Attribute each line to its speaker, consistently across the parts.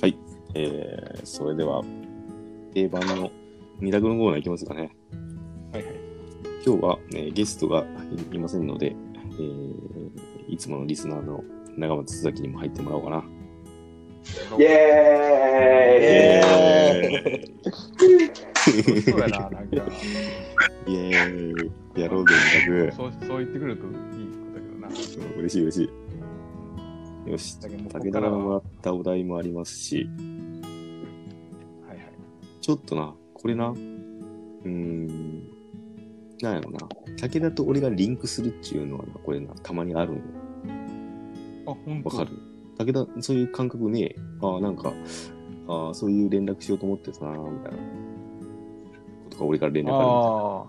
Speaker 1: はい。えー、それでは、定番のミラクルのコーナーいきますかね。
Speaker 2: はいはい。
Speaker 1: 今日は、えーゲストがいませんので、えーいつものリスナーの長松鈴木にも入ってもらおうかな。
Speaker 3: イエ
Speaker 2: エ
Speaker 1: イ
Speaker 2: 楽しそうやな、なんか。
Speaker 1: エーイイエーイやろうぜ、ミラ
Speaker 2: そうそう言ってくれるといいことだけどな。
Speaker 1: クル。嬉しい嬉しい。よし、
Speaker 2: だけどもうこ
Speaker 1: 武
Speaker 2: こ
Speaker 1: 田か
Speaker 2: か
Speaker 1: ら
Speaker 2: らは、
Speaker 1: もら
Speaker 2: は
Speaker 1: ったお題もありますし、
Speaker 2: いはい。
Speaker 1: ちょっとな、これな、うーん、なんやろな、武田と俺がリンクするっていうのはな、これな、たまにあるんよ。
Speaker 2: あ、ほんと
Speaker 1: わかる。武田、そういう感覚ね、ああ、なんか、ああ、そういう連絡しようと思ってたな、みたいな。とか、俺から連絡あ
Speaker 2: あ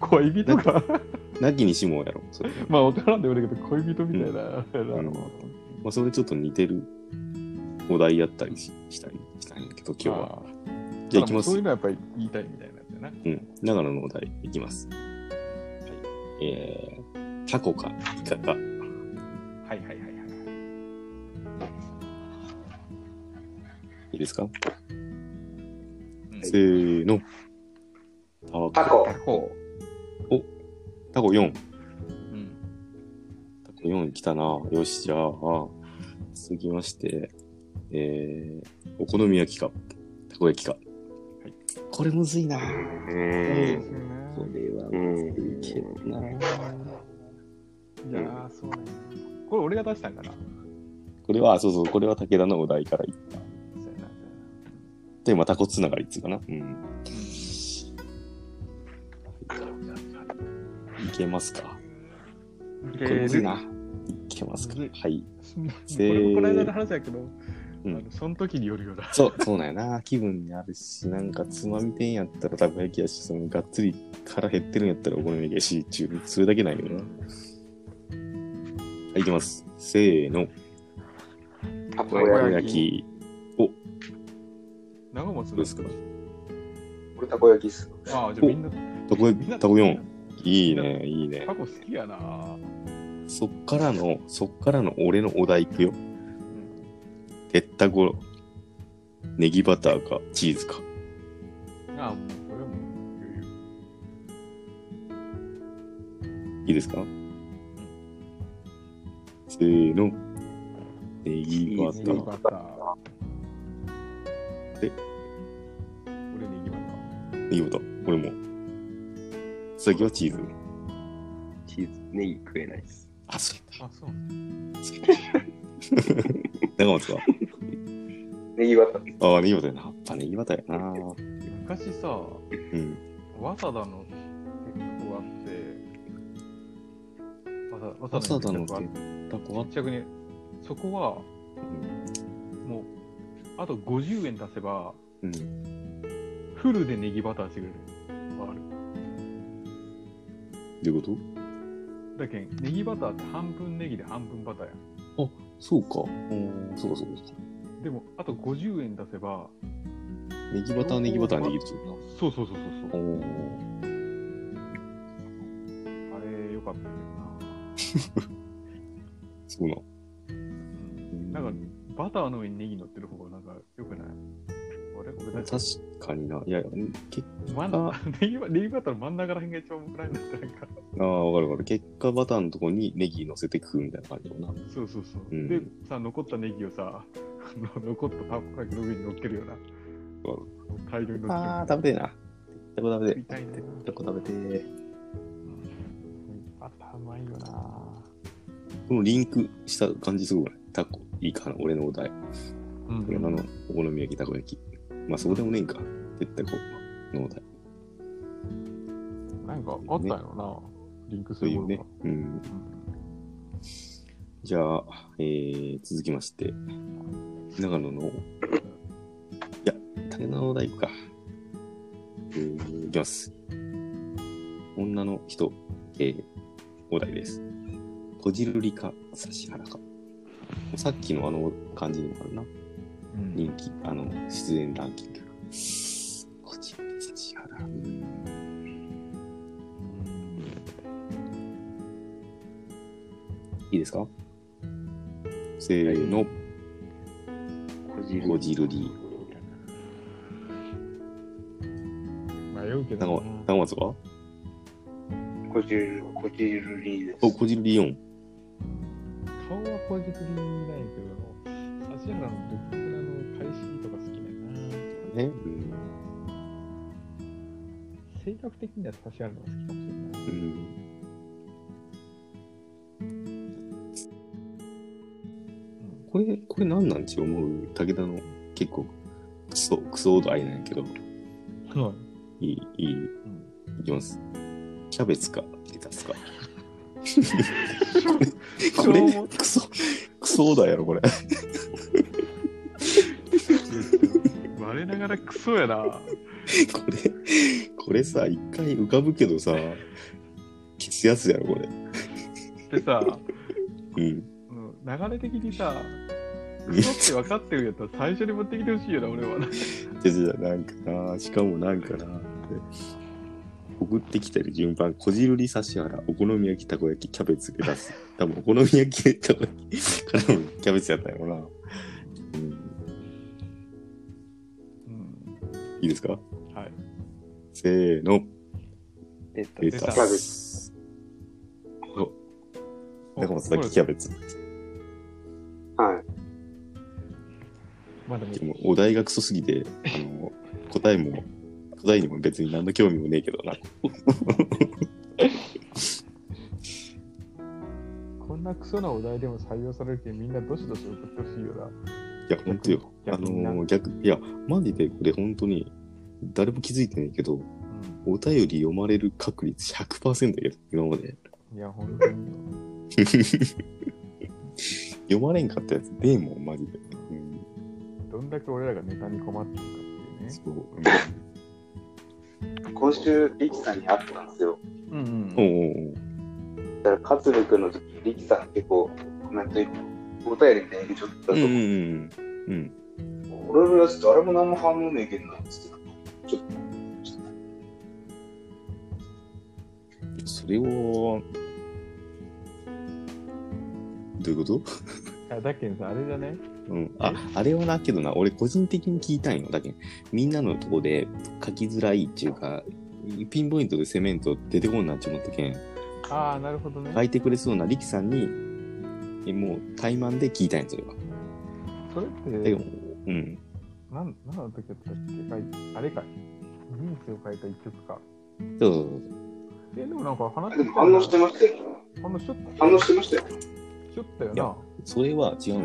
Speaker 2: あ。恋人が、
Speaker 1: る。なきにしもやろ。それ,、
Speaker 2: まあ、大人でもいいけど、恋人みたいな、あれだ
Speaker 1: あの
Speaker 2: な
Speaker 1: まあ、それちょっと似てるお題やったりししたりしたんやけど、今日は。。じゃあ、いきま
Speaker 2: そうい
Speaker 1: す
Speaker 2: う。のはやっぱり言いたいみたいなやつやな。
Speaker 1: うん。長野のお題、いきます。はい。えー、タコかイカか。
Speaker 2: はいはいはいはい。
Speaker 1: いいですか
Speaker 2: うん
Speaker 1: せーの。
Speaker 3: ータコ
Speaker 2: タ、コ。
Speaker 1: タコ4。
Speaker 2: うん。
Speaker 1: 4来たな。よし、じゃあ、続きまして、えー、お好み焼きか、たこ焼きか。
Speaker 2: い
Speaker 1: これむずいな。うん。こ
Speaker 2: い
Speaker 1: れはむずいけどな。
Speaker 2: やー、そうね。これ俺が出したんかな。
Speaker 1: これは、そうそう、これは武田のお題から言った。
Speaker 2: そうやな。
Speaker 1: テーマ、タコつながりっつうかな。うん。いけますか
Speaker 2: こ
Speaker 1: これむずいな。いけますか
Speaker 2: むずい
Speaker 1: はい。
Speaker 2: これもこの間の話やけど、
Speaker 1: う
Speaker 2: あ
Speaker 1: ん
Speaker 2: のその時によるような。
Speaker 1: そう、そうなんやな。気分にあるし、なんかつまみてんやったらたこ焼きやし、そのがっつり腹減ってるんやったらお好み焼きやし、ちゅう、それだけないよな。はい、いきます。せーの。
Speaker 3: タコ
Speaker 1: たこ
Speaker 2: 親
Speaker 3: 焼き。
Speaker 1: 焼き。
Speaker 2: 長持つ
Speaker 1: どうですか
Speaker 3: 俺タコ焼きっす。
Speaker 2: ああ、じゃあみんな、
Speaker 1: たこ焼
Speaker 2: みん
Speaker 1: き、
Speaker 2: な
Speaker 1: たこ4。いいね、いいね
Speaker 2: タ。コ好きやな。
Speaker 1: そっからの、そっからの俺のお題いくよ。鉄たこ、ネギバターか、チーズか。
Speaker 2: ああ、もうこれはもう余裕。
Speaker 1: いいですかせーの。ネギバタ
Speaker 2: ネギ
Speaker 1: ー。
Speaker 2: バター。
Speaker 1: え
Speaker 2: 俺ネギバタ
Speaker 1: ネギバター。俺も。次はチーズ。
Speaker 3: チーズ、ネギ食えないっす。
Speaker 1: あ、そう
Speaker 2: ー。あ、そう。
Speaker 1: 長松か。
Speaker 3: ネギバター。
Speaker 1: ああ、ネギバタやな。やっぱネギバタやな。
Speaker 2: 昔さ、
Speaker 1: うん。
Speaker 2: 早稲田の結構あって、わ
Speaker 1: 朝だの
Speaker 2: 結構あって
Speaker 1: たこ
Speaker 2: ちっちゃくね、そこは、もう、あと50円出せば、
Speaker 1: うん。
Speaker 2: フルでネギバターしてくれる。ある。
Speaker 1: どういうこ
Speaker 2: だけん、ネギバターって半分ネギで半分バターやん。
Speaker 1: とそうか。うん。そうかそうか。
Speaker 2: でも、あと50円出せば、
Speaker 1: ネギバター、ネギバター、ネギバター。
Speaker 2: そうそうそうそう
Speaker 1: お
Speaker 2: そう。
Speaker 1: お。
Speaker 2: あれ、よかったけど
Speaker 1: そうな。
Speaker 2: な。なんか、バターの上にネギ乗ってる方がなんか、よくないあれ俺たち
Speaker 1: 確かにな。いや、結
Speaker 2: 真ん 中ネギバネギバターの真ん中らへんが一番重くないんだってなんか。
Speaker 1: ああ、わかるわかる。結果、バターのとこにネギ乗せて食うみたいな感じだな。
Speaker 2: そうそうそう。
Speaker 1: うん
Speaker 2: で、さ、残ったネギをさ、あの残ったタコかけの上に乗っけるような。大量に乗っける。
Speaker 1: ああ、食べてえな。たこ食べて
Speaker 2: みたいな。
Speaker 1: え。たこ食べてえ。
Speaker 2: バターうまいよな。
Speaker 1: このリンクした感じすごくないタコ、いいかな、俺のお題。
Speaker 2: うん
Speaker 1: これなの、お好み焼き、たこ焼き。まあ、そうでもねえんか。絶対こう、のお題。
Speaker 2: なんかあったんやろな、リンクす
Speaker 1: そう
Speaker 2: る
Speaker 1: い
Speaker 2: も
Speaker 1: う
Speaker 2: の
Speaker 1: ね
Speaker 2: が。。
Speaker 1: うん。じゃあ、えー、続きまして、長野の、いや、武田のお題行くか。えー、いきます。女の人、えー、お題です。こじるりか、指原か。さっきのあの感じにもあるな。
Speaker 2: うん
Speaker 1: 人気、あの、出演ランキング。こじるり、指原。うんいいですかせーの。
Speaker 3: こじる
Speaker 1: こじるり。
Speaker 2: 迷うけ
Speaker 1: 中
Speaker 2: ど
Speaker 1: 松
Speaker 2: な。
Speaker 1: 中松は
Speaker 3: こじるこじるりです
Speaker 1: お、こじるり4。
Speaker 2: 顔はこじるりないけど、指原の独特なあの返しとか好きだよな。
Speaker 1: ね。うん
Speaker 2: 性格的には指原の方が好きかもしれない。
Speaker 1: うん。これ、これ何なんち思う武田の結構、クソ、クソオードアイなんやけど、
Speaker 2: はい。
Speaker 1: いい、いい、いきます。キャベツか、レタスか。これ、
Speaker 2: しょうも
Speaker 1: クソ、クソオードアイやろ、これ。
Speaker 2: 我ながらクソやな。
Speaker 1: これ、これさ、一回浮かぶけどさ、消すやつやろ、これ。
Speaker 2: でさ、
Speaker 1: うん。
Speaker 2: うん流れ的にさ、クソって分かってるんやったら最初に持ってきてほしいよな、俺は。
Speaker 1: ででなんかな、しかもなんかな、送ってきてる順番、こじるり指原、お好み焼きたこ焼き、キャベツレタス。多分、お好み焼きたこ焼きからもキャベツやったんやろな。うん、
Speaker 2: うん。
Speaker 1: いいですか
Speaker 2: はい。
Speaker 1: せーの、
Speaker 3: 出た
Speaker 1: レ
Speaker 2: タス
Speaker 1: タス。でもさっきキャベツ。
Speaker 3: はい
Speaker 2: まあでも
Speaker 1: でもお題がクソすぎて、あの、答えも、答えにも別に何の興味もねえけどな。
Speaker 2: こんなクソなお題でも採用されるけみんなどしどし送ってほしいよな。
Speaker 1: いや、本当よ。あ
Speaker 2: 逆にな
Speaker 1: のー、逆、いや、マジでこれ本当に、誰も気づいてないけど、お便り読まれる確率100%やけど、今まで。
Speaker 2: うん、いや、本当に。
Speaker 1: 読まれんかったやつでもん、マジで。うん、
Speaker 2: どんだけ俺らがネタに困ってるかっていうね。
Speaker 1: そう。うん
Speaker 3: 今週リキさんに会ったんですよ
Speaker 2: うん
Speaker 1: おう
Speaker 2: うん。
Speaker 1: おうおう
Speaker 3: だから勝部君の時リキさん結構コメントいっぱいお便りみたいにちょっと
Speaker 1: うんうんうんうん。うん。
Speaker 3: 俺のやつ誰も何も反応ねえけどなつってちょっと
Speaker 1: それを、どういうこと
Speaker 2: あだけどさ、あれじゃね
Speaker 1: うん、ああれはなけどな俺個人的に聞いたんよだけどみんなのとこで書きづらいっていうかピンポイントで攻めんと出てこんなって思ったけん
Speaker 2: ああ、なるほどね。
Speaker 1: 書いてくれそうな力さんにえもう怠慢で聞いたんやそれは
Speaker 2: それって、
Speaker 1: でもうん
Speaker 2: なん何の時だったっけかいあれかい。人生を変えた一曲か。
Speaker 1: そうそうそう
Speaker 2: え、でもなんか話
Speaker 3: でも反応して
Speaker 2: よ
Speaker 3: ましたよ
Speaker 2: な。反応しちゃった。
Speaker 3: 反応してましたよ
Speaker 2: しちゃったよ
Speaker 1: いや
Speaker 2: な。
Speaker 1: それは違うよ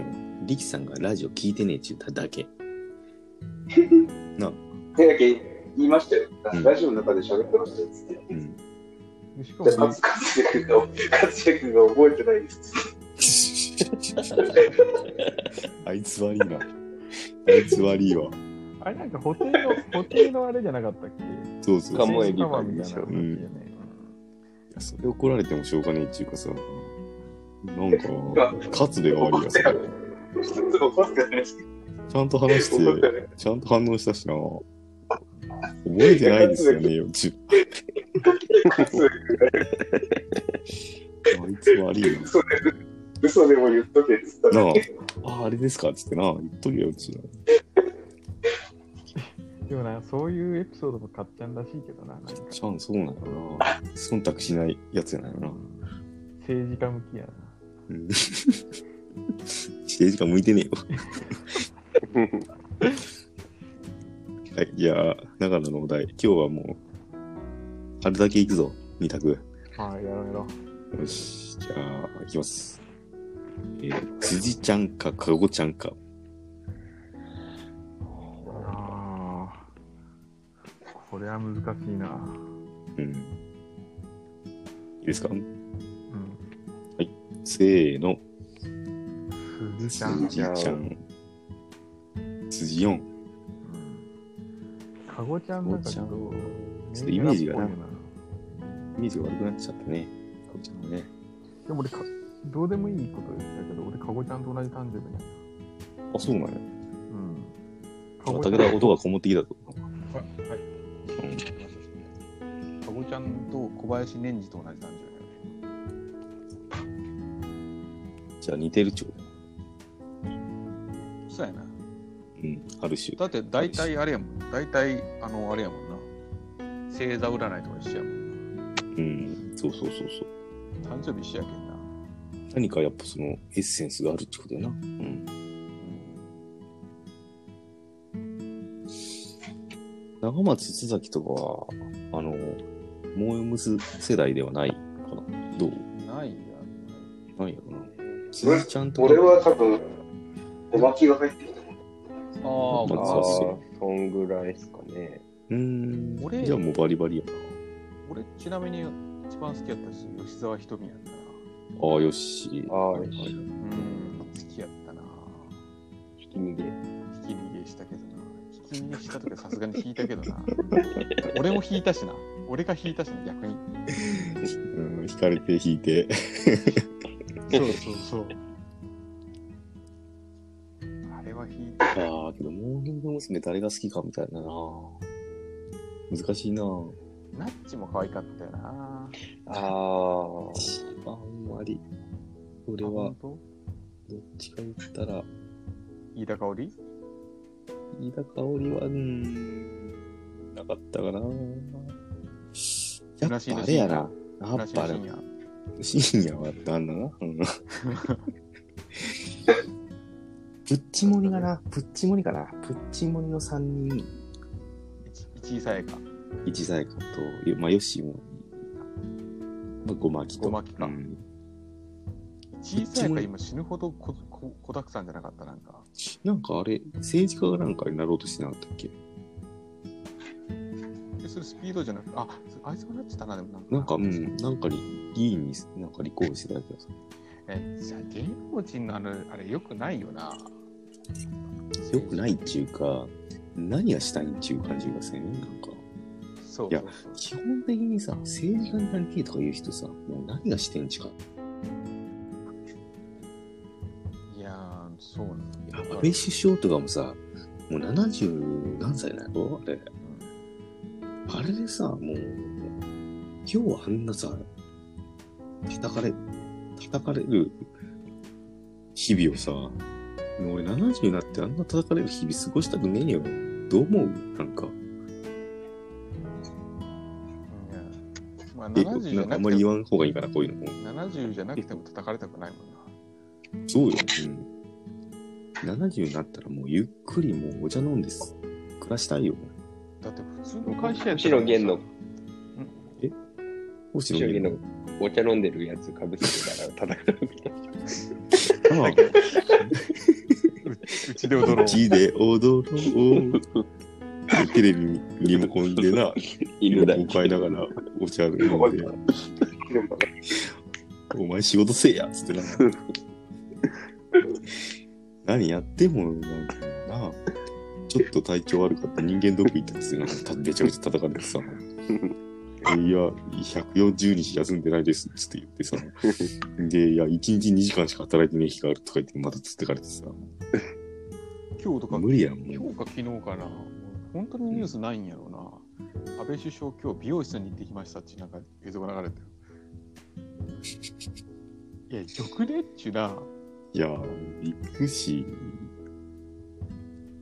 Speaker 1: 力さんがラジオ聞いてねえって言っただけ
Speaker 3: 手だけ言いましたよ
Speaker 1: うん
Speaker 3: ラジオの中で喋ってましたよつって
Speaker 1: うん
Speaker 2: でしか
Speaker 3: で、
Speaker 2: も
Speaker 3: 勝、勝也君が、勝也君が覚えてないです。
Speaker 1: あいつ悪いなあいつ悪いわ
Speaker 2: あれなんか補 填の、補填のあれじゃなかったっけ
Speaker 1: そうそう
Speaker 3: か
Speaker 1: そう
Speaker 3: もえび
Speaker 2: カバーみたいな話よね。
Speaker 1: うんそれ怒られてもしょうがねえっていうかさなんか勝部が悪いやつ
Speaker 3: 怒ってるちょっと怒ってないですけ
Speaker 1: ちゃんと話し
Speaker 3: ど怒って
Speaker 1: て、
Speaker 3: ない。
Speaker 1: ちゃんと反応したしな。覚えてないですよ ね、よち
Speaker 3: 勝也
Speaker 1: あいつ悪い
Speaker 3: 君嘘で、嘘でも言っとけっつった
Speaker 1: な。
Speaker 3: ら、
Speaker 1: なあ、あ、あれですかっつってな、言っとけよ、うちな。
Speaker 2: でもな、そういうエピソードもかっちゃんらしいけどな、なんか。
Speaker 1: ちゃん、そうなのな。忖度しないやつやないのな。
Speaker 2: 政治家向きやな。
Speaker 1: うん 政治家向いてねえよ。はい、いやー、長野のお題、今日はもう、あれだけ行くぞ、二択。
Speaker 2: はい、やろうやろ
Speaker 1: よし、じゃあ、いきます。えー、辻ちゃんか、かごちゃんか。
Speaker 2: う。ああ、これは難しいな。
Speaker 1: うん。いいですか
Speaker 2: うん。
Speaker 1: せーの。
Speaker 2: 鈴ちゃん。
Speaker 1: 辻ちゃん。辻4。
Speaker 2: かごちゃんなんかちょっと、
Speaker 1: ちょっとイメージがな
Speaker 2: メンヘラっぽい
Speaker 1: イメージが悪くなっちゃったね。かごちゃんはね。
Speaker 2: でも俺か、どうでもいいこと言ったけど、俺、かごちゃんと同じ誕生日ね。
Speaker 1: あ、そうなの
Speaker 2: うん。か
Speaker 1: 武田音がこもってきたと。
Speaker 4: はい。はい
Speaker 1: うん
Speaker 4: かごちゃんと小林年次と同じ誕生日だよね。
Speaker 1: じゃあ似てるっちゅうこ
Speaker 4: そうやな。
Speaker 1: うん、ある種。
Speaker 2: だって大体あれやもん。大体、あの、あれやもんな。星座占いとか一緒やもん。
Speaker 1: うん、そうそうそうそう。
Speaker 2: 誕生日一緒やけんな。
Speaker 1: 何かやっぱそのエッセンスがあるってことやな。うん。長松津崎とかは、あの、モームス世代ではないかな。どう
Speaker 2: ないや
Speaker 1: なんやろな。鈴木ちゃんとか
Speaker 3: 俺、は多分、おまきが入ってきたもん。
Speaker 2: ああ
Speaker 1: まあ
Speaker 5: ああ、
Speaker 1: そう
Speaker 5: そんぐらいですかね。
Speaker 1: うーん、
Speaker 2: 俺
Speaker 1: じゃあもうバリバリやな。
Speaker 2: 俺、ちなみに一番好きやったし、吉沢ひとみやったな。
Speaker 1: ああ、よし。
Speaker 5: ああ、よ
Speaker 1: はいはい
Speaker 5: し
Speaker 2: うん、好きやったな。
Speaker 5: ひき逃げ。
Speaker 2: 引き逃げしたけどな。引き逃げしたときはさすがに引いたけどな。俺も引いたしな。俺が引いたしな、逆に。
Speaker 1: うん、引かれて引いて。
Speaker 2: そうそうそう。あれは引いた。
Speaker 1: ああ、けど、モーニング娘。誰が好きかみたいなな。難しいな。
Speaker 2: ナッチも可愛かったよな。
Speaker 5: ああ、
Speaker 1: あんまり。俺
Speaker 2: あ
Speaker 1: は
Speaker 2: 本、当
Speaker 1: どっちか言ったら、
Speaker 2: 飯田香織
Speaker 1: 飯田香織は、うん、なかったかな。やっぱあれやな。や
Speaker 2: 村
Speaker 1: っぱあ
Speaker 2: 重
Speaker 1: れ
Speaker 2: 信、也。
Speaker 1: 深夜はあったんだな。 うん。プッチモニがな、プッチモニかな。プッチモニの3人、
Speaker 2: 一一位さやか。
Speaker 1: 一財かと、いやまあ、ヨッシーもいいな、まあ、ごまきと。
Speaker 2: ごまきか
Speaker 1: うん
Speaker 2: 一位さやか今死ぬほどここ子だくさんじゃなかった、なんか。
Speaker 1: なんかあれ、政治家がなんかになろうとしてなかったっけ
Speaker 2: え、それスピードじゃなくて、あ、あいつもなっちゃったな、でもなんか。
Speaker 1: なんか、うん、なんかに、議員になんか立候補してたやつだ
Speaker 2: え、じゃあ芸能人のあの、あれよくないよな。
Speaker 1: よくないっていうか、何がしたいんっていう感じがせんなんか、
Speaker 2: そう
Speaker 1: いや
Speaker 2: そうそう
Speaker 1: 基本的にさ、政治家になりてえとか言う人さ、もう何がしてんちか。
Speaker 2: いやー、そうなん
Speaker 1: いや安倍首相とかもさ、もう70何歳なのあれ。あれでさ、もう、今日はあんなさ、叩かれ、叩かれる日々をさ、もう俺70になってあんな叩かれる日々過ごしたくねえよ。どう思うなんか、
Speaker 2: いや、まあ、
Speaker 1: え
Speaker 2: 70じ
Speaker 1: な
Speaker 2: ゃ
Speaker 1: んかあ
Speaker 2: なんく
Speaker 1: ま
Speaker 2: て
Speaker 1: り言
Speaker 2: も
Speaker 1: わん方がいいかな、こういうのも。
Speaker 2: 70じゃなくても叩かれたくないもんな。
Speaker 1: そうよ。うん、70になったらもうゆっくりもうお茶飲んです。暮らしたいよ。
Speaker 2: だって普通の会社やった
Speaker 5: 白源の、
Speaker 1: 星
Speaker 5: 白源のお茶飲んでるやつかぶせてたら叩く。
Speaker 1: の。あ
Speaker 2: うちで 踊
Speaker 1: 街
Speaker 2: ろう。
Speaker 1: で踊ろう。 テレビリモコンでな、
Speaker 5: 犬だ
Speaker 1: リモコン変えながらお茶飲んで、
Speaker 3: でも、
Speaker 1: お前仕事せえやっつってな。何やっても、なんかな、ちょっと体調悪かった人間ドック行ったんですよ。なんかめちゃめちゃ叩かれてさ。いや、140日休んでないですっつって言ってさ。で、いや、1日2時間しか働いてない日があるとか言って、またつってかれてさ。
Speaker 2: 今日とか、
Speaker 1: 無理やん、もう。
Speaker 2: 今日か昨日かな。本当にニュースないんやろうな。安倍首相、今日美容室に行ってきましたって、なんか映像が流れてる。いや、よくねっちゅうな。
Speaker 1: いやー、行くし、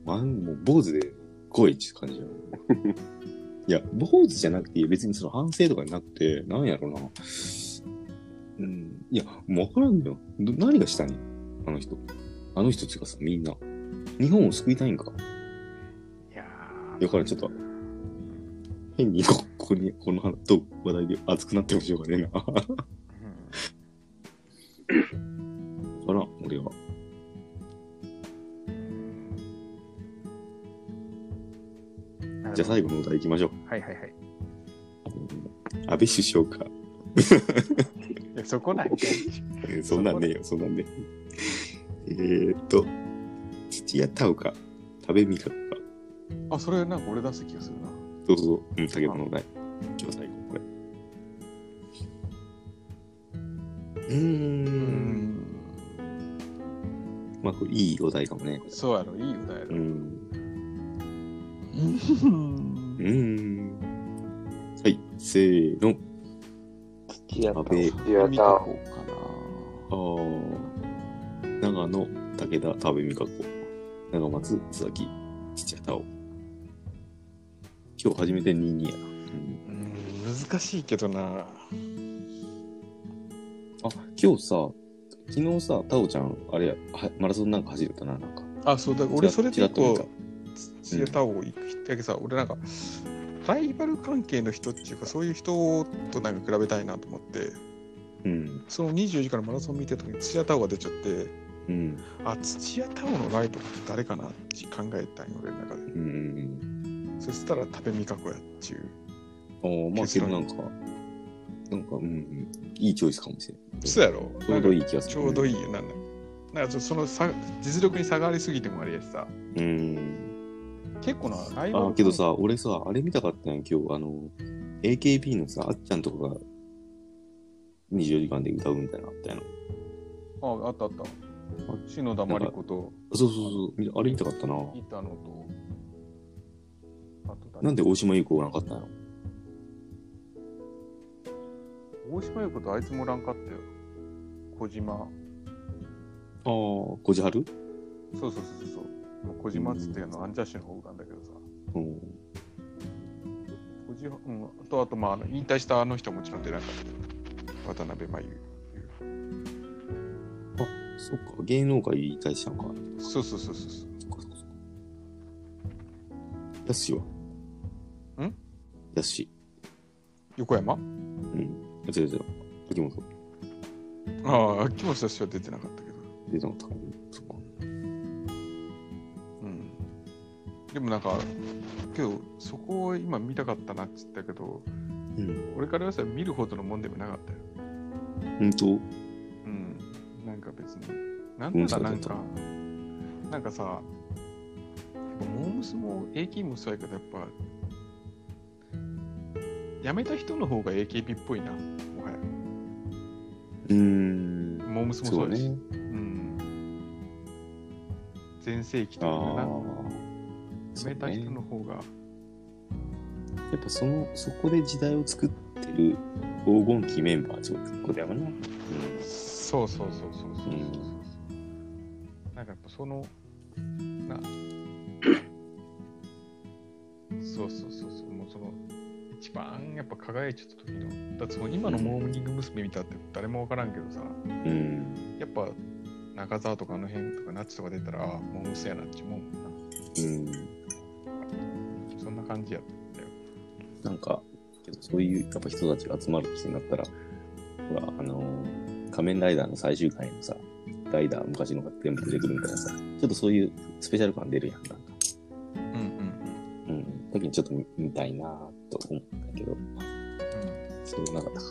Speaker 1: ワン、もう坊主で来いっていう感じだよ。いや、坊主じゃなくていいよ、別にその反省とかになくて、なんやろな。うん、いや、もうわからんのよ。ど何がしたいあの人。あの人っていうかさ、みんな。日本を救いたいんか。
Speaker 2: いや
Speaker 1: よからちょっと、変にこここに、この話と話題で熱くなってもしょうがねえな。 わか
Speaker 2: うん
Speaker 1: らん、俺は。じゃあ最後のお題行きましょう。
Speaker 2: はいはいはい。
Speaker 1: 安倍首相か。
Speaker 2: いや、そこない。
Speaker 1: え ーそんなんねえよ、そんなんねえ。えーっと、土屋太鳳か、食べみかか、
Speaker 2: あ、それなんか俺出した気がするな。
Speaker 1: どうぞどうぞ、うん、先ほどのお題。今日最後、これ。うー。
Speaker 2: うんん。
Speaker 1: まあ、これいいお題かもね。
Speaker 2: そうやろ、いい歌やろ
Speaker 1: う。ん。
Speaker 2: うん
Speaker 1: うーん。はい、せーの。
Speaker 5: 土屋
Speaker 1: 安倍、
Speaker 3: いや、
Speaker 2: 見と
Speaker 3: さ、
Speaker 2: こうかな。
Speaker 1: あー長野、武田、食べみかこ。長松、佐々木、土屋太鳳。今日初めて22やな。
Speaker 2: 難しいけどな。
Speaker 1: あ、今日さ、昨日さ、太鳳ちゃん、あれや、はマラソンなんか走るったな、なんか。
Speaker 2: あ、そうだ、俺それで
Speaker 1: ちら
Speaker 2: 一
Speaker 1: っと見た
Speaker 2: 個、土屋太鳳行くきっかけさ、俺なんか、ライバル関係の人っていうか、そういう人となんか比べたいなと思って、
Speaker 1: うん。
Speaker 2: その24時間のマラソン見てた時に土屋太鳳が出ちゃって、
Speaker 1: うん。
Speaker 2: あ、土屋太鳳のライバルって誰かなって考えたんよ、俺の中で。
Speaker 1: うんうん
Speaker 2: そしたら多部未華子やっちゅ
Speaker 1: う
Speaker 2: う。
Speaker 1: ん。ああ、まあけ
Speaker 2: 結
Speaker 1: ど
Speaker 2: 論
Speaker 1: なんか、なんか、うんうん。いいチョイスかもしれん。
Speaker 2: そうやろ
Speaker 1: ちょうどいい気がする。
Speaker 2: ちょうどいいよ、なんだ。なんかその差実力に差がありすぎてもあれやしさ、
Speaker 1: うん。
Speaker 2: 結構なライバル
Speaker 1: あ、けどさ、俺さ、あれ見たかったんや、今日。あの、AKB のさ、あっちゃんとかが24時間で歌うみたいなのあったやん。
Speaker 2: あ、あったあった。篠田麻里子と
Speaker 1: そうそうそうみ、あれ見たかったな。
Speaker 2: 板野と、あと誰
Speaker 1: なんで大島優子おらんかったの
Speaker 2: 大島優子とあいつもおらんかったよ。小島。
Speaker 1: ああ、小じはる
Speaker 2: そうそうそうそう。もう小島っつっていうのはアンジャッシュの方なんだけどさ。
Speaker 1: うん。
Speaker 2: 小島、うん、あとあとまああの引退したあの人もちろん出なかった。渡辺真由。
Speaker 1: そっか、芸能界引退したんか。
Speaker 2: そうそうそうそうそう。
Speaker 1: そっかそっかそっか。やっしーは
Speaker 2: ん
Speaker 1: やっし
Speaker 2: 横山
Speaker 1: ー。うん。あ、違う違う。秋元。
Speaker 2: ああ、秋元氏は出てなかったけど。
Speaker 1: 出てなかったかなそっか。
Speaker 2: うん。でもなんか、けどそこを今見たかったなって言ったけど、
Speaker 1: うん。
Speaker 2: 俺から言わせたら見るほどのもんでもなかったよ。
Speaker 1: ほんと
Speaker 2: うん、なんか別に。なんだなんか、なんかさ、やっぱモームスも AKB もそうやけど、やっぱ、辞めた人の方が AKB っぽいな、もはや。
Speaker 1: うーん。
Speaker 2: モームスも
Speaker 1: そ
Speaker 2: そううだし。
Speaker 1: ね。
Speaker 2: うん。全盛期と
Speaker 1: あ
Speaker 2: い
Speaker 1: あ
Speaker 2: うかな、
Speaker 1: そ
Speaker 2: 辞
Speaker 1: う
Speaker 2: めた
Speaker 1: ね
Speaker 2: 人の方が、
Speaker 1: やっぱその、そこで時代を作ってる黄金期メンバー、ちょっとこれやばいな。うん。
Speaker 2: そうそうそうそうそうそうそう。
Speaker 1: うん
Speaker 2: なんかやっぱその、な、そうそうそうそう、もうその、一番やっぱ輝いちゃった時の、だってその今のモーニング娘。見たって誰もわからんけどさ、
Speaker 1: うん。
Speaker 2: やっぱ中澤とかあの辺とかナッチとか出たら、ああ、モー娘やなっちもんな、
Speaker 1: うん。
Speaker 2: そんな感じや。
Speaker 1: なんか、けどそういうやっぱ人たちが集まるってなったら、ほら、あのー仮面ライダーの最終回のさ、ライダー昔のが全部出てくるみたいなさ、ちょっとそういうスペシャル感出るやん、なんか。
Speaker 2: うんうんうん。
Speaker 1: うん。時にちょっと見見たいなと思ったけど、それもなかったか。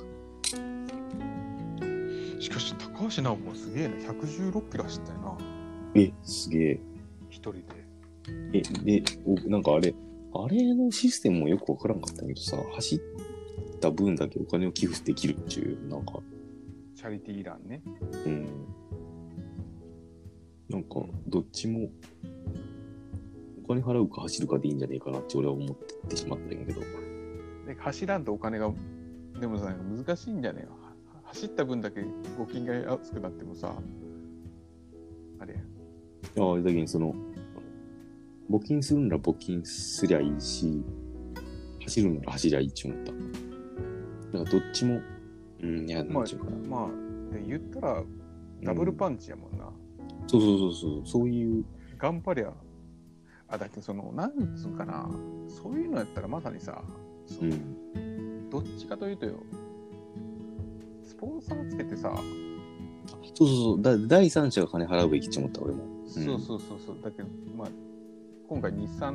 Speaker 2: うん、しかし、高橋尚子もすげえな、116キロ走ったよな、
Speaker 1: え、すげえ。
Speaker 2: 一人で。
Speaker 1: え、で、おなんかあれ、あれのシステムもよくわからんかったけどさ、走った分だけお金を寄付できるっていう、なんか、
Speaker 2: チャリティーランね。
Speaker 1: うん。なんか、どっちも、お金払うか走るかでいいんじゃねえかなって俺は思ってしまったんやけど。
Speaker 2: で走らんとお金がでもさなんか難しいんじゃねえよは走った分だけ募金が熱くなってもさあれ
Speaker 1: ああ、だけどその、募金するなら募金すりゃいいし、走るなら走りゃいいって思った。だからどっちも、うん、いや、なんちゅうかな。
Speaker 2: まあで言ったらダブルパンチやもんな、
Speaker 1: そうそうそうそう、そういう、
Speaker 2: 頑張りゃあだけどそのなんつうかなそういうのやったらまさにさ、そう
Speaker 1: うん、
Speaker 2: どっちかというとよスポンサーつけてさ、
Speaker 1: そうそうそう、だ第三者が金払うべきって思った、俺も。
Speaker 2: そうそうそうそうだけどまあ今回日産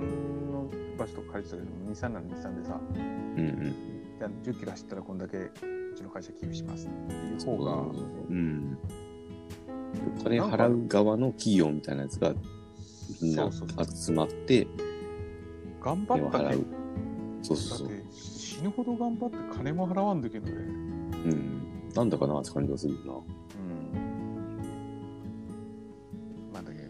Speaker 2: のバスとか借りてたけど日産なら日産でさ、
Speaker 1: うんうん。
Speaker 2: じゃあ10キロ走ったらこんだけうちの会社寄付しますっていう
Speaker 1: そ
Speaker 2: 方
Speaker 1: う
Speaker 2: が
Speaker 1: そうそううん。お金払う側の企業みたいなやつがみん
Speaker 2: そ
Speaker 1: な
Speaker 2: うそうそう
Speaker 1: 集まって
Speaker 2: 頑
Speaker 1: 金
Speaker 2: 張
Speaker 1: を
Speaker 2: った
Speaker 1: 払
Speaker 2: ね
Speaker 1: う。そう
Speaker 2: だ
Speaker 1: そう
Speaker 2: っ
Speaker 1: そう。
Speaker 2: て死ぬほど頑張って金も払わんだけどね、うん、
Speaker 1: うん。なんだかなって感じがするよ
Speaker 2: まあだけど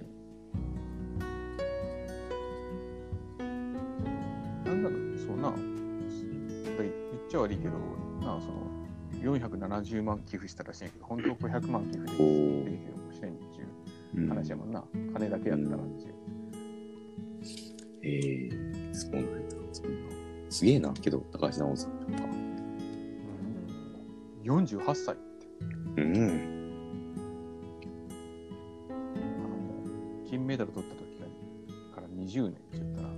Speaker 2: なんだろうそうなだから言っちゃ悪いけどなあその470万寄付したらしいんやけど本当は500万寄付でき
Speaker 1: おー
Speaker 2: できるかもしれんっちゅう
Speaker 1: な。うん
Speaker 2: 話やもんな、金だけやったらっちゅう
Speaker 1: えー、そうなんだ。そんなすげえな、けど、高橋直さんとか。
Speaker 2: 48歳
Speaker 1: うん。
Speaker 2: あのもう金メダル取った時から20年って言ったら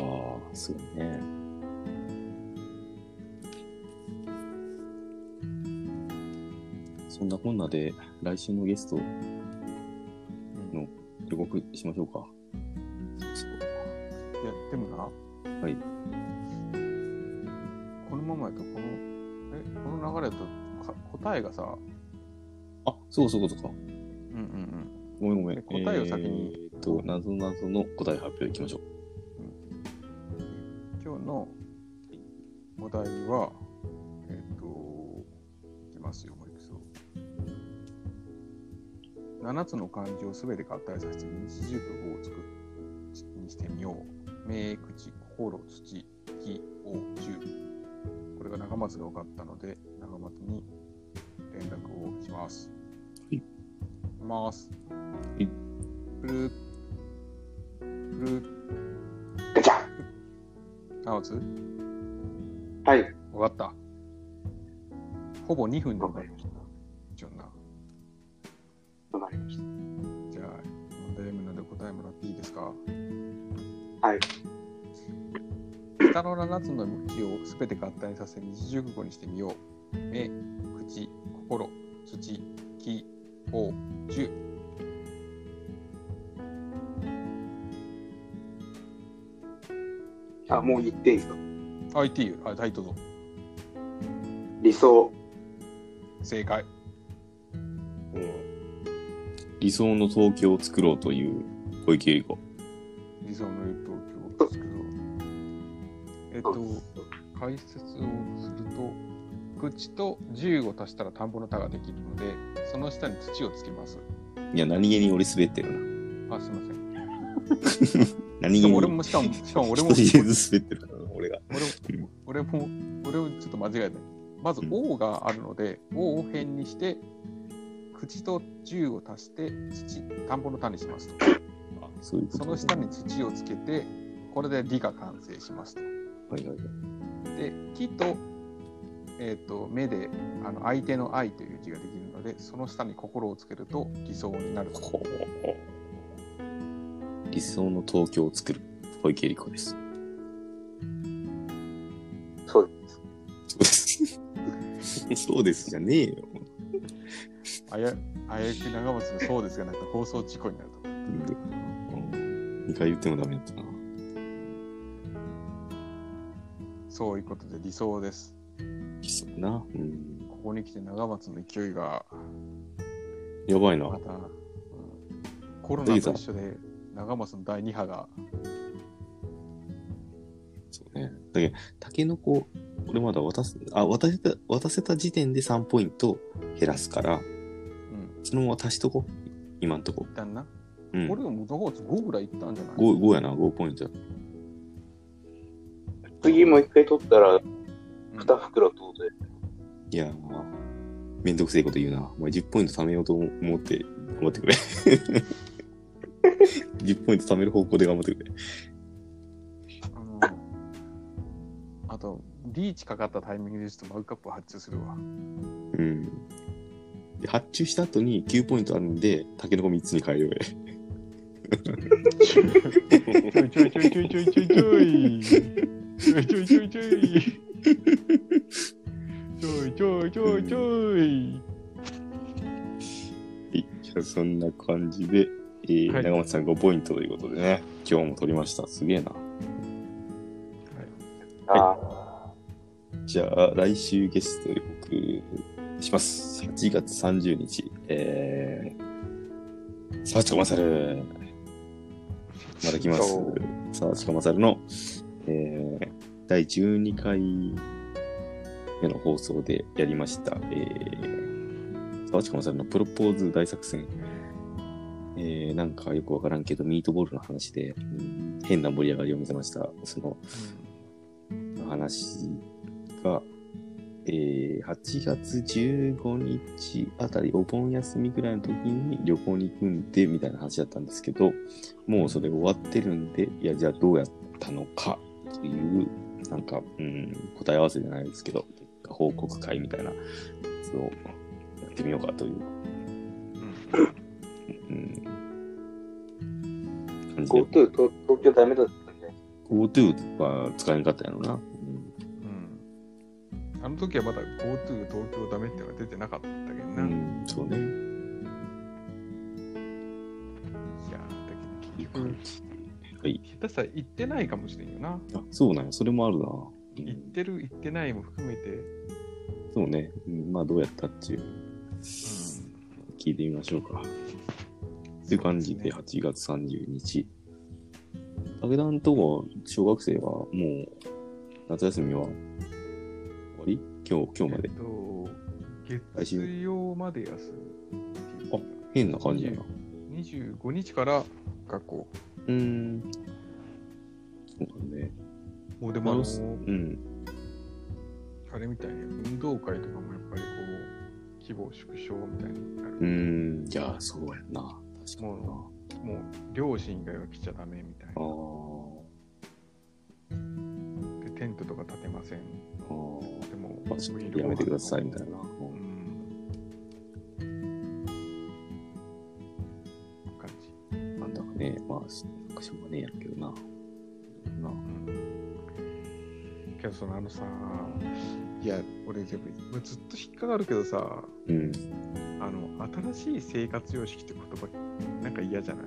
Speaker 1: ああ、すごいね。そんなこんなで、来週のゲストの予告しましょうか。
Speaker 2: いやでもな、
Speaker 1: はい
Speaker 2: このままやとこのえこの流れだとか答えがさ、
Speaker 1: あ、そうそうそうか。
Speaker 2: うんうん
Speaker 1: ごめんごめん。
Speaker 2: で答えを先に。
Speaker 1: えーっと、なぞなぞの答え発表いきましょう。
Speaker 2: うん、今日のお題はえっ、といきますよもういくぞ7つの漢字を全て合体させて日軸語を作るにしてみよう目口心土木王中これが長松が分かったので長松に連絡をします
Speaker 1: はい
Speaker 2: します
Speaker 1: い
Speaker 2: くるくる
Speaker 3: ガチャ
Speaker 2: 長松
Speaker 3: はい。
Speaker 2: わかった。ほぼ2分で分かりました。ジョンな。
Speaker 3: わかりました。
Speaker 2: じゃあ、問題なので答えもらっていいですか
Speaker 3: はい。
Speaker 2: 下の7つの字をすべて合体させ、二字熟語にしてみよう。目、口、心、土、木、王、十。
Speaker 3: あ、もう言っていいですか
Speaker 2: IT、あ、はい、どうぞ。
Speaker 3: 理想。
Speaker 2: 正解。
Speaker 5: うん
Speaker 1: 理想の東京を作ろうという小池百合子。
Speaker 2: 理想のループを今日作ろう。えっと、解説をすると口と10を足したら田んぼの田ができるのでその下に土をつけます
Speaker 1: いや、何気に俺滑ってるな。
Speaker 2: あすいません
Speaker 1: 何気
Speaker 2: し
Speaker 1: に
Speaker 2: かも俺も しかもしかも俺も
Speaker 1: 一人ずつ滑ってるからな、俺が。
Speaker 2: 俺も俺も俺もちょっと間違えたまず
Speaker 1: うん
Speaker 2: 王があるので王を辺にして口と10を足して土田んぼの田にしますと
Speaker 1: そういうこと
Speaker 2: その下に土をつけてこれで理が完成しますと
Speaker 1: はいはいはい。
Speaker 2: で木と,、えー、と目であの相手の愛という字ができるのでその下に心をつけると理想になると
Speaker 1: こう理想の東京を作る小池百合子です。
Speaker 3: そう
Speaker 1: そうです。そうですじゃねえよ。
Speaker 2: あやあやき長松のそうですがなんか放送事故になると
Speaker 1: うん二回言ってもダメだったな。
Speaker 2: そういうことで理想です
Speaker 1: 理想な。うん。
Speaker 2: ここに来て長松の勢いが
Speaker 1: やばいな。
Speaker 2: また、うんコロナと一緒で長松の第2波が
Speaker 1: そうね。だけど、タケノコ、俺まだ渡す、あ、渡せた、渡せた時点で3ポイント減らすから、
Speaker 2: うん
Speaker 1: そのまま足しとこ。今んとこ。
Speaker 2: 一旦な、
Speaker 1: うん。
Speaker 2: 俺でも長松5ぐらいいったんじゃない
Speaker 1: 5、5やな、5ポイント。
Speaker 3: 次もう一回取ったら、
Speaker 2: うん
Speaker 3: 二袋ってことで。
Speaker 1: いやー、めんどくせえこと言うな。お前10ポイント貯めようと思って頑張ってくれ。10ポイント貯める方向で頑張ってくれ。
Speaker 2: あのあとリーチかかったタイミングでちょっとマグカップを発注するわ
Speaker 1: うん。で発注した後に9ポイントあるんで、タケノコ3つに変えようや。
Speaker 6: ちょいちょいちょいちょいちょいちょいちょい。ちょいちょいちょいちょい。ちょいちょいちょいちょい。
Speaker 1: はいじゃあそんな感じで、えー
Speaker 6: はい
Speaker 1: 長松さん5ポイントということでね、今日も取りました。すげえな。
Speaker 3: あ
Speaker 1: じゃあ、来週ゲスト予告します。8月30日、えー、沢近勝。また来ます
Speaker 2: そう。
Speaker 1: 沢近勝の、えー、第12回目の放送でやりました、えー、沢近勝のプロポーズ大作戦。えー、なんかよくわからんけど、ミートボールの話で、うん変な盛り上がりを見せました。その、話が、えー8月15日あたり、お盆休みぐらいの時に旅行に行くんで、みたいな話だったんですけど、もうそれ終わってるんで、いや、じゃあどうやったのかという、なんか、うん、答え合わせじゃないですけど、結果報告会みたいなやつをやってみようかという、うん、感じで
Speaker 3: GoTo と東京ダメだったんじゃない
Speaker 1: GoTo は使えんかったんやろな。うん
Speaker 2: うん。あの時はまだ GoTo 東京ダメっていうのが出てなかったけど
Speaker 1: う
Speaker 2: な。い
Speaker 1: ん、そうね。
Speaker 2: やーだけど
Speaker 1: いい感じ。
Speaker 2: 下手したら行ってないかもしれんよな。
Speaker 1: あそうなんや、それもあるな。う
Speaker 2: 行っ
Speaker 1: ん
Speaker 2: てる、行ってないも含めて、うん
Speaker 1: そうね、うんまあどうやったっていう、聞いてみましょうか。という感じで、8月30日。武田のとこ、小学生はもう、夏休みは終わり今日、今日まで
Speaker 2: えっ。と、
Speaker 1: 来週
Speaker 2: 月曜まで休む。
Speaker 1: あ変な感じやな。
Speaker 2: 25日から学校。
Speaker 1: うーん。そうだね。
Speaker 2: もうでもあ
Speaker 1: あ
Speaker 2: の
Speaker 1: の、うん。
Speaker 2: あれみたいね、運動会とかもやっぱりこう、規模縮小みたいになる。
Speaker 1: うーん。いや、そうやんな。確かにな。
Speaker 2: ももう、両親以外は来ちゃダメみたい
Speaker 1: あ
Speaker 2: な。
Speaker 1: ー
Speaker 2: で、テントとか立てません。
Speaker 1: あー。
Speaker 2: でも、
Speaker 1: まあちょっとやめてくださいみたいな。
Speaker 2: うん。感じ。
Speaker 1: なんだかね、まあ、しなんかしょうがねえやろうけどな。な
Speaker 2: けどそのあのさいや俺でも今ずっと引っかかるけどさ
Speaker 1: うん。
Speaker 2: あの新しい生活様式って言葉なんか嫌じゃない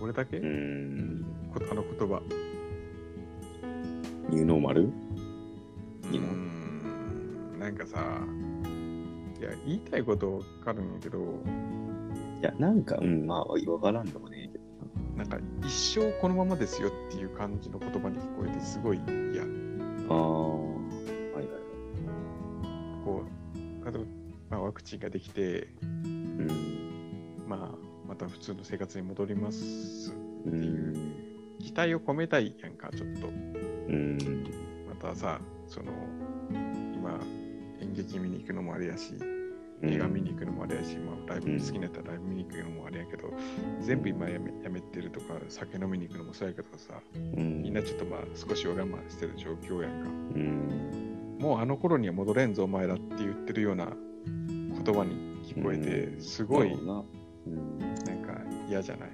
Speaker 2: 俺だけ、
Speaker 1: うーん。
Speaker 2: こあの言葉
Speaker 1: ニューノーマルいいの
Speaker 2: うーんなんかさいや言いたいことわかるんやけど
Speaker 1: いや、なんか、うん、まあ、わからんでもねえけど
Speaker 2: なんか一生このままですよっていう感じの言葉に聞こえてすごい嫌
Speaker 1: な。ああ。はいはい。
Speaker 2: こう例えば、まあ、ワクチンができて
Speaker 1: うん。
Speaker 2: まあまた普通の生活に戻ります
Speaker 1: う
Speaker 2: ってい
Speaker 1: ん。
Speaker 2: 期待を込めたいやんかちょっと
Speaker 1: うん。
Speaker 2: またさその今演劇見に行くのもあれやし
Speaker 1: うん
Speaker 2: 映画見に行くのもあれやし、まあ、ライブ好きになったらライブ見に行くのもあれやけど、全部今やめやめてるとか酒飲みに行くのもそうやけどさ
Speaker 1: うん。
Speaker 2: みんなちょっとまあ少しは我慢してる状況やん
Speaker 1: う
Speaker 2: か
Speaker 1: ん。
Speaker 2: もうあの頃には戻れんぞお前らって言ってるような言葉に聞こえて、
Speaker 1: う
Speaker 2: すごい
Speaker 1: なるほどな。うん。
Speaker 2: なんか嫌じゃない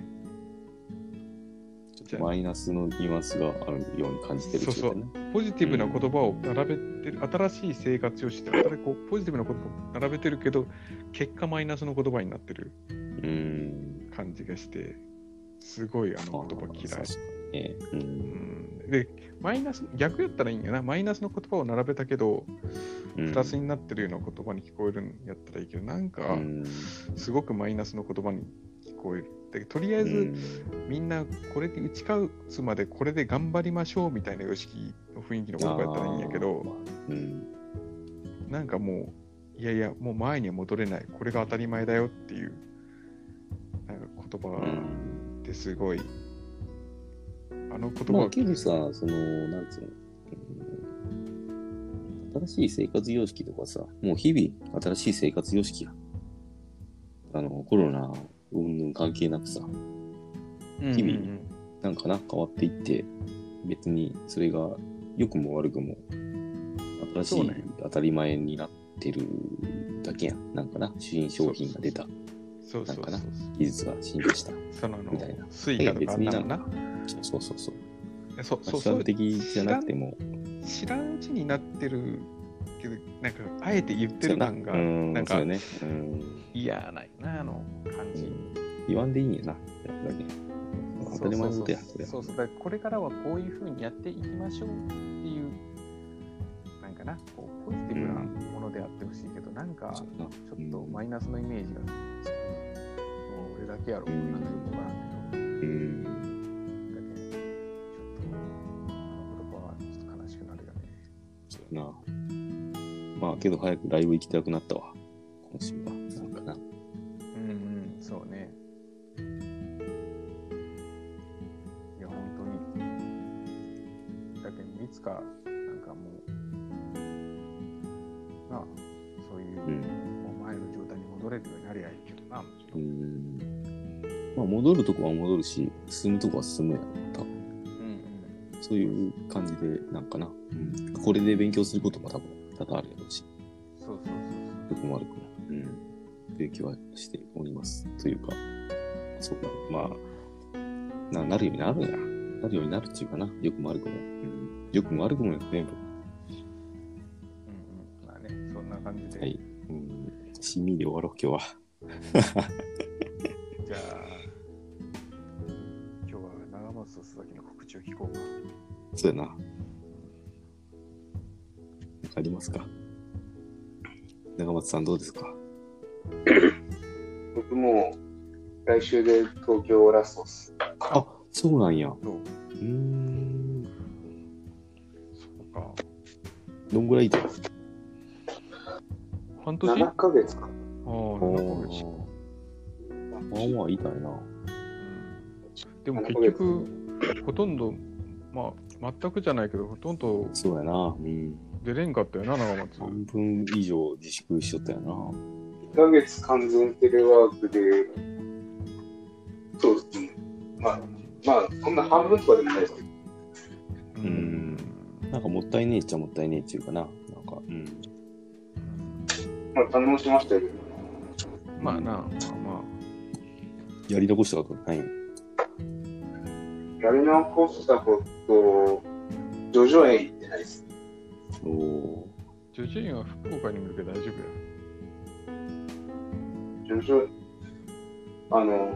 Speaker 1: ちょっとマイナスのニュアンスがあるように感じてる
Speaker 2: そうそう
Speaker 1: ちょっとね
Speaker 2: ポジティブな言葉を並べてる、新しい生活をして、新こうポジティブな言葉を並べてるけど、結果マイナスの言葉になってる
Speaker 1: うん。
Speaker 2: 感じがして、すごいあの言葉嫌
Speaker 1: あ
Speaker 2: い
Speaker 1: ー。確かにね。う。
Speaker 2: うんん、で、マイナス、逆やったらいいんやな、マイナスの言葉を並べたけど、
Speaker 1: うん
Speaker 2: プラスになってるような言葉に聞こえるんやったらいいけど、なんか、
Speaker 1: うん。
Speaker 2: すごくマイナスの言葉に聞こえる。でとりあえず、みんなこれで打ち勝つまでこれで頑張りましょうみたいな様式の雰囲気の言葉やったらいいんやけど、
Speaker 1: うん。
Speaker 2: なんかもう、いやいや、もう前には戻れない、これが当たり前だよっていう、なんか言
Speaker 1: う
Speaker 2: 葉
Speaker 1: ん。
Speaker 2: ってすごい、あの言葉
Speaker 1: ま
Speaker 2: は
Speaker 1: あ、けどさ、その、なんつうの、うん新しい生活様式とかさ、もう日々新しい生活様式や。あの、コロナ、うんぬん関係なくさ、
Speaker 2: うんうん
Speaker 1: 日々なんかな、変わっていって、別にそれが良くも悪くも、新し
Speaker 2: そう
Speaker 1: い
Speaker 2: ね
Speaker 1: 当たり前になってるだけやん。なんかな、新商品が出た、
Speaker 2: そうそうそう
Speaker 1: なんか技術が進化した。
Speaker 2: そのあの
Speaker 1: みたいな、
Speaker 2: スイカとかあんなの
Speaker 1: え
Speaker 2: な。
Speaker 1: そうそうそう。
Speaker 2: そう
Speaker 1: まあ
Speaker 2: そう
Speaker 1: 比
Speaker 2: そう
Speaker 1: 較。的じゃなくても、
Speaker 2: 知らんうちになってるけど、なんか、あえて言ってる感が、
Speaker 1: う
Speaker 2: なんん
Speaker 1: そう
Speaker 2: か
Speaker 1: よね。うん
Speaker 2: 嫌ないな、あの感じ。
Speaker 1: 言わんでいいんやな。だけ当たり前のことや、そ
Speaker 2: そ
Speaker 1: れ
Speaker 2: う
Speaker 1: は
Speaker 2: そうそうだからこれからはこういうふうにやっていきましょうっていうなんかなこうポジティブなものであってほしいけど、なんかち
Speaker 1: そう
Speaker 2: ょ
Speaker 1: やな
Speaker 2: っとマイナスのイメージがつくもう俺だけやろ
Speaker 1: うん
Speaker 2: なんかよくわからんけ
Speaker 1: う
Speaker 2: ど
Speaker 1: ん。
Speaker 2: だけどちょっとあの言葉はちょっと悲しくなるよね
Speaker 1: そうやな。まあ、けど早くライブ行きたくなったわ。今週は。なんかな。
Speaker 2: うんうんそうねいや本当にだけどいつかなんかもうれるようになりゃいいけどな、もち
Speaker 1: う
Speaker 2: ろ
Speaker 1: ー
Speaker 2: ん。
Speaker 1: ん。まあ、戻るとこは戻るし、進むとこは進むやろ多分
Speaker 2: うん
Speaker 1: そういう感じで、なんかな、うん。これで勉強することも多分多々あるやろうし、
Speaker 2: そうそうそう
Speaker 1: 僕も悪くも、うん。勉強はしております。というか、そうか、まあ、ななるようになるんや。なるようになるっていうかな、よくも悪くも。うん。よくも悪くもや全部。
Speaker 2: そう。うんうん。まあね、そんな感じで。
Speaker 1: はい。うん。しんみりで終わろう、今日は。
Speaker 2: じゃあ、今日は長松と須崎の告知を聞こうか。
Speaker 1: そうやな。なんかありますか長松さんどうですか
Speaker 3: 僕もう来週で東京ラストっす。
Speaker 1: あ、そうなんや。う
Speaker 2: どう
Speaker 1: ーん。
Speaker 2: そうか。
Speaker 1: どんぐらいいた
Speaker 6: 半年あ
Speaker 3: 7ヶ月か。
Speaker 6: あ、なんかし
Speaker 1: まあまあいたよな。
Speaker 6: でも結局、ほとんど、まあ、全くじゃないけど、ほとんど
Speaker 1: そうやな。うん。
Speaker 6: 出れんかったよな、長松。
Speaker 1: 半分以上自粛しとったよな。。
Speaker 3: 1ヶ月完全テレワークで、そうですね。まあ、まあ、そんな半分とかでもないですけど、
Speaker 6: うん
Speaker 1: なんかもったいねえっちゃもったいねえっていうかな。なんか、うん。
Speaker 3: まあ、堪能しましたけど、
Speaker 6: まあな、まあま
Speaker 1: やり残したことないよ。
Speaker 3: やり残したこと、ジョジョ園行ってないです。
Speaker 1: おお
Speaker 6: あ、女子院は福岡に向けど大丈夫や。
Speaker 3: ジョジョあの、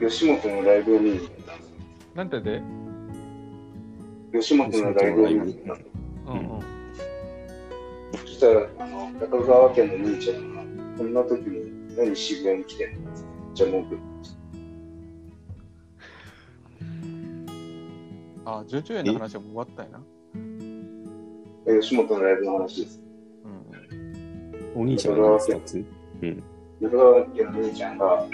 Speaker 3: 吉本のライブを見に行ったんです
Speaker 6: なんてで
Speaker 3: 吉本のライブを見に行ったんです
Speaker 6: うんうん。
Speaker 3: そしたら、あの、高川県の兄ちゃんが、こんな時に何渋谷に来てんのじゃあ僕、
Speaker 2: あ、ジョジョ園の話はもう終わったよな。
Speaker 3: 吉本のライブの話です。
Speaker 2: うん。
Speaker 1: お兄ちゃんが2つ
Speaker 3: 高川県の兄ちゃんが、
Speaker 1: う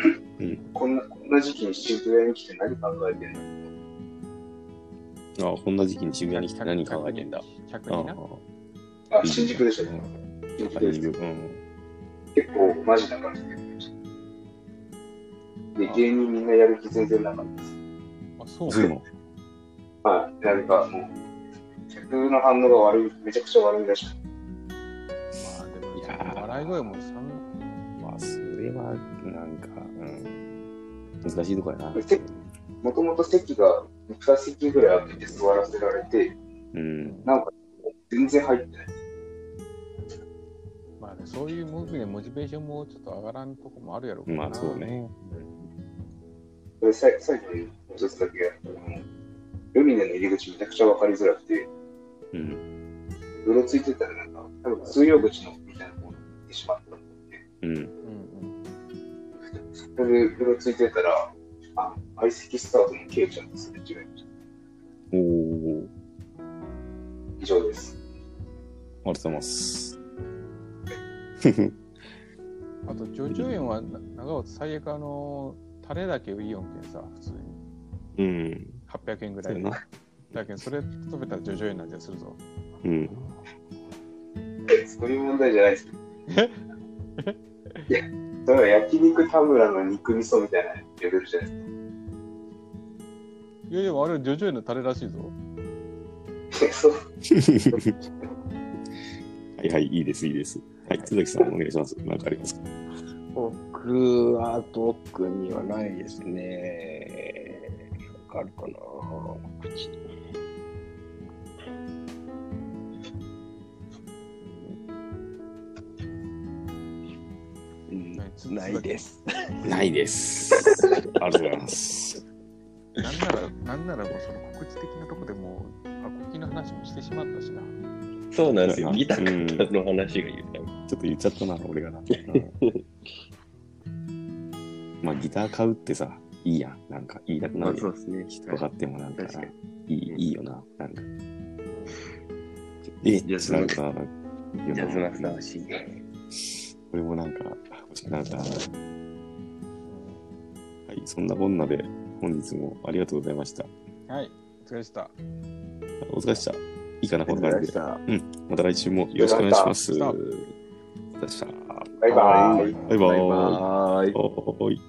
Speaker 1: ん
Speaker 3: こんな、こんな時期に渋谷に来て何考えてんの
Speaker 1: ああ、こんな時期に渋谷に来て何考えてんだ。
Speaker 2: 客
Speaker 1: あ
Speaker 2: に
Speaker 1: あ
Speaker 2: な。。
Speaker 3: あ、新宿でした
Speaker 1: う
Speaker 3: ね。
Speaker 1: ん
Speaker 3: 新宿
Speaker 1: 大
Speaker 3: です
Speaker 1: 丈。夫。うん。
Speaker 3: 結構マジな感じで。で、芸人みんなやる気全然なかったです。
Speaker 2: あ、そう。
Speaker 1: ズーム。
Speaker 3: はい。なんかもう、客の反応が悪い、めちゃくちゃ悪いらしくて。
Speaker 2: まあ、でも、
Speaker 1: いやー
Speaker 2: 笑い声もさん、
Speaker 1: まあ、それは、なんか、うん、難しいとこやな。う
Speaker 3: もともと席が2席ぐらい空けて座らせられて、
Speaker 1: ん。
Speaker 3: なんか全然入ってない。
Speaker 2: まあね、そういうムーブでモチベーションもちょっと上がらんとこもあるやろからな
Speaker 1: まあ、そう。ね。
Speaker 3: それさい最後に一つだけ、あのルミネの入り口めちゃくちゃ分かりづらくて、
Speaker 1: うん。
Speaker 3: うろついてたらなんか、多分通用口のみたいな方に行ってしまった。
Speaker 1: うん。
Speaker 2: うん
Speaker 3: それでうろついてたら、あの相席スタートのケイちゃんとすれ違いまし
Speaker 1: お
Speaker 3: た
Speaker 1: ー、
Speaker 3: 以上です。
Speaker 1: ありがとうございます。
Speaker 2: うん。あと、ジョジョ園は、な長尾最悪あの、タレだけをイオンけんさ、普通に
Speaker 1: うん。
Speaker 2: 800円ぐら
Speaker 1: そう
Speaker 2: い
Speaker 1: や
Speaker 2: で。
Speaker 1: な。
Speaker 2: だけど、それ食べたらジョジョ園なんてするぞ。
Speaker 1: うん。
Speaker 3: そういう問題じゃないですけど。いや、それは焼肉田村の肉味噌みたいなレベルじゃないで
Speaker 2: いやいや、あれ、ジョジョ園のタレらしいぞ。
Speaker 3: すか。いやそう
Speaker 1: はいはい、いいです、いいです。はい、津崎さん、お願いします。なんかありますか
Speaker 5: 僕は特にはないですね。なんかあるかな告知。うん
Speaker 2: はいつ
Speaker 5: ないです。
Speaker 1: ないです。ありがとうございます。
Speaker 2: なんなら、なんならもうその告知的なとこでもう、あ、国旗の話もしてしまったしな。
Speaker 5: そうなんですよ。
Speaker 1: うん
Speaker 5: ギターの話が言うたら
Speaker 1: ちょっと言っちゃったな、俺がな。うんまあ、ギター買うってさ、いいやん。なんか、言いたくなるやん。
Speaker 5: ですね
Speaker 1: 引っかかってもなんかな
Speaker 5: 確か
Speaker 1: いい、いいよな、なんか。え、
Speaker 5: ジャズ
Speaker 1: なんか、いいよ
Speaker 5: ジ
Speaker 1: な
Speaker 5: ャズマスターしい。
Speaker 1: 俺もなんか、欲しくなったな。はい、そんなこんなで、本日もありがとうございました。
Speaker 2: はい、お疲れでした。
Speaker 1: お疲れっした。いいかな、こんな感じで。
Speaker 5: た。
Speaker 1: また来週もよろしくお願いします。
Speaker 2: お疲れ様
Speaker 1: お疲れっした。
Speaker 3: バイバー
Speaker 1: バイバーイ。
Speaker 3: イ。
Speaker 5: バイバーイ。
Speaker 1: はーい。